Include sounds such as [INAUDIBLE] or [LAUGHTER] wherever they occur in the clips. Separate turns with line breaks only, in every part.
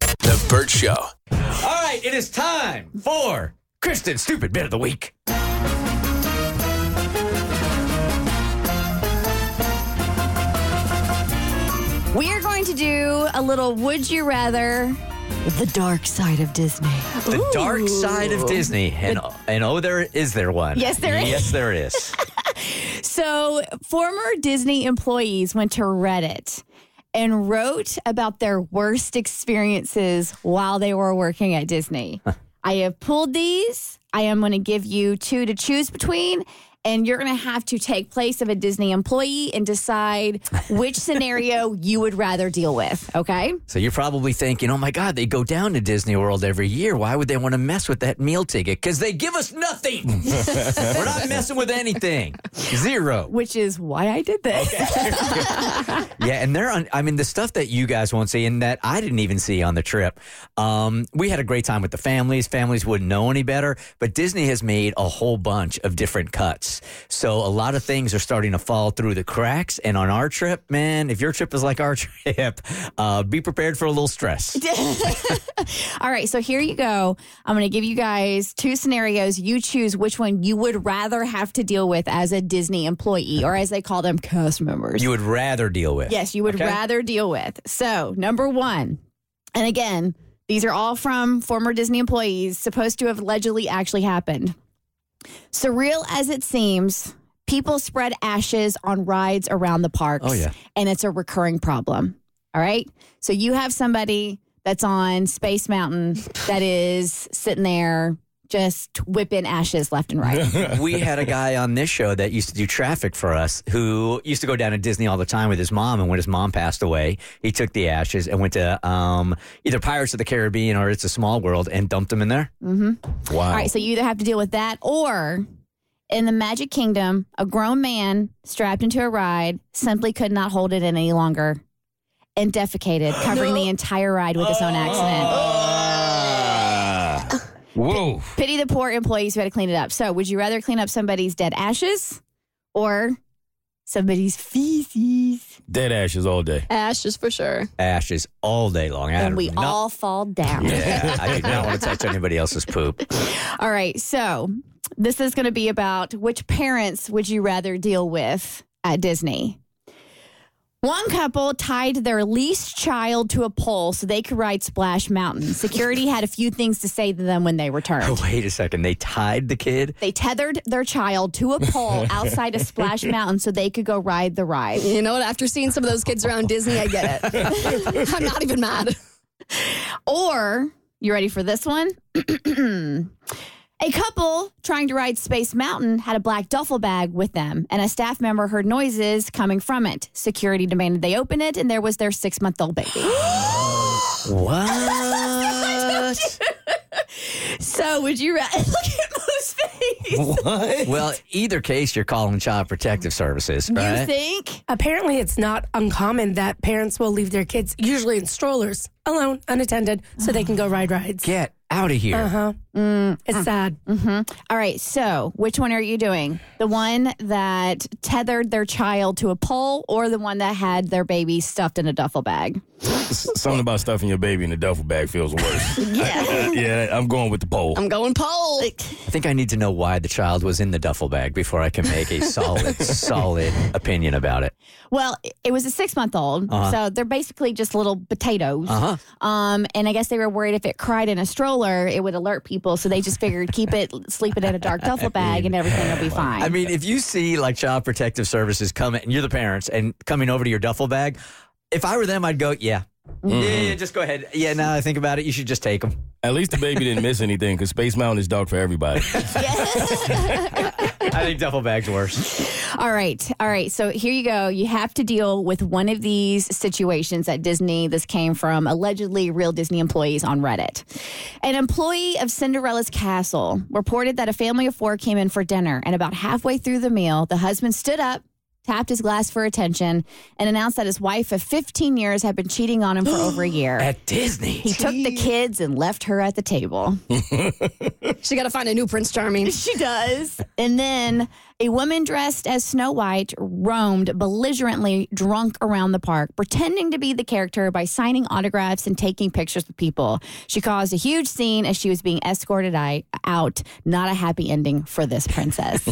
The Burt Show.
All right, it is time for Kristen's stupid bit of the week.
We are going to do a little Would You Rather with the dark side of Disney.
The dark side of Disney, and and oh, there is there one.
Yes, there is.
Yes, there
[LAUGHS]
is.
So, former Disney employees went to Reddit and wrote about their worst experiences while they were working at Disney. I have pulled these. I am going to give you two to choose between. And you're going to have to take place of a Disney employee and decide which scenario you would rather deal with. Okay.
so you're probably thinking, oh my God, they go down to Disney World every year. Why would they want to mess with that meal ticket? Because they give us nothing.
[LAUGHS]
We're not messing with anything. Zero.
Which is why I did this.
Yeah, and they're on. I mean, the stuff that you guys won't see and that I didn't even see on the trip. Um, we had a great time with the families. Families wouldn't know any better, but Disney has made a whole bunch of different cuts. So a lot of things are starting to fall through the cracks. And on our trip, man, if your trip is like our [LAUGHS] trip, uh, be prepared for a little stress.
All right, so here you go. I'm going to give you guys two scenarios. You choose which one you would rather have to deal with as a Disney employee, or as they call them, cast members.
You would rather deal with.
yes, you would
Okay.
rather deal with. So, number one, and again, these are all from former Disney employees, supposed to have allegedly actually happened. Surreal as it seems, people spread ashes on rides around the parks.
Oh, yeah.
And it's a recurring problem. All right. So you have somebody that's on Space Mountain that is sitting there just whipping ashes left
[LAUGHS]
and right.
we had a guy on this show that used to do traffic for us who used to go down to Disney all the time with his mom. And when his mom passed away, he took the ashes and went to um, either Pirates of the Caribbean or It's a Small World and dumped them in there.
hmm
Wow.
Oh.
All right. So you either have to deal with that or. In the Magic Kingdom, a grown man strapped into a ride simply could not hold it in any longer and defecated, covering the entire ride with his own accident.
Oh.
Ah. Whoa.
Pity the poor employees who had to clean it up. So, would you rather clean up somebody's dead ashes or somebody's feces?
Dead ashes all day.
Ashes for sure.
Ashes all day long. I had
And we
not-
all fall down.
Yeah, I did not want to touch anybody else's poop.
[LAUGHS]
[LAUGHS]
All right. So, this is going to be about which parents would you rather deal with at Disney? One couple tied their least child to a pole so they could ride Splash Mountain. Security had a few things to say to them when they returned.
Wait a second. They tied the kid.
[LAUGHS] They tethered their child to a pole outside of Splash Mountain so they could go ride the ride.
You know what? After seeing some of those kids around Disney, I get it. I'm not even mad.
Or, you ready for this one? [CLEARS THROAT] a couple trying to ride Space Mountain had a black duffel bag with them, and a staff member heard noises coming from it. Security demanded they open it, and there was their six month old baby.
What?
so, would you rather [LAUGHS] look at Moose face?
What?
well, either case, you're calling Child Protective Services,
You
right?
think?
Apparently, it's not uncommon that parents will leave their kids, usually in strollers, alone, unattended, so they can go ride rides.
Get out of here.
Uh huh. It's sad.
All right, so which one are you doing? The one that tethered their child to a pole, or the one that had their baby stuffed in a duffel bag?
S- Something about stuffing your baby in a duffel bag feels
[LAUGHS]
worse. yeah. [LAUGHS] yeah, I'm going with the pole.
I'm going pole.
I think I need to know why the child was in the duffel bag before I can make a [LAUGHS] solid, solid opinion about it.
Well, it was a six month old. So they're basically just little potatoes. Um, and I guess they were worried if it cried in a stroller, it would alert people. So they just figured keep it, sleep it in a dark duffel bag, and everything will be fine.
I mean, if you see like Child Protective Services coming, and you're the parents, and coming over to your duffel bag, if I were them, I'd go, yeah. Yeah, yeah, just go ahead. Yeah, now that I think about it, you should just take them.
At least the baby didn't miss anything because Space Mountain is dark for everybody.
I think duffel bag's worse.
all right. All right. So here you go. You have to deal with one of these situations at Disney. This came from allegedly real Disney employees on Reddit. An employee of Cinderella's Castle reported that a family of four came in for dinner, and about halfway through the meal, the husband stood up. Tapped his glass for attention and announced that his wife of 15 years had been cheating on him for over a year.
At Disney.
He took the kids and left her at the table. [LAUGHS]
She got to find a new Prince Charming.
She does. And then A woman dressed as Snow White roamed belligerently drunk around the park, pretending to be the character by signing autographs and taking pictures with people. She caused a huge scene as she was being escorted i- out. Not a happy ending for
[LAUGHS]
this princess.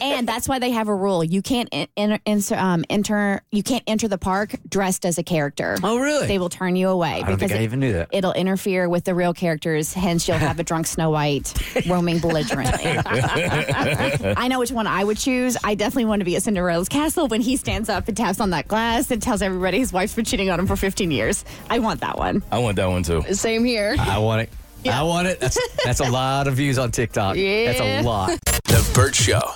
and that's why they have a rule: you can't en- enter, enter, um, enter, you can't enter the park dressed as a character.
Oh, really?
They will turn you away
I don't think I
it-
even knew that.
it'll interfere with the real characters. Hence, you'll have a drunk Snow
[LAUGHS]
White roaming belligerently. [LAUGHS] I know which one I would choose. I definitely want to be at Cinderella's castle when he stands up and taps on that glass and tells everybody his wife's been cheating on him for 15 years. I want that one.
I want that one too.
Same here.
I want it. I want it. That's, that's a lot of views on TikTok. That's a
Yeah.
lot.
The Burt Show.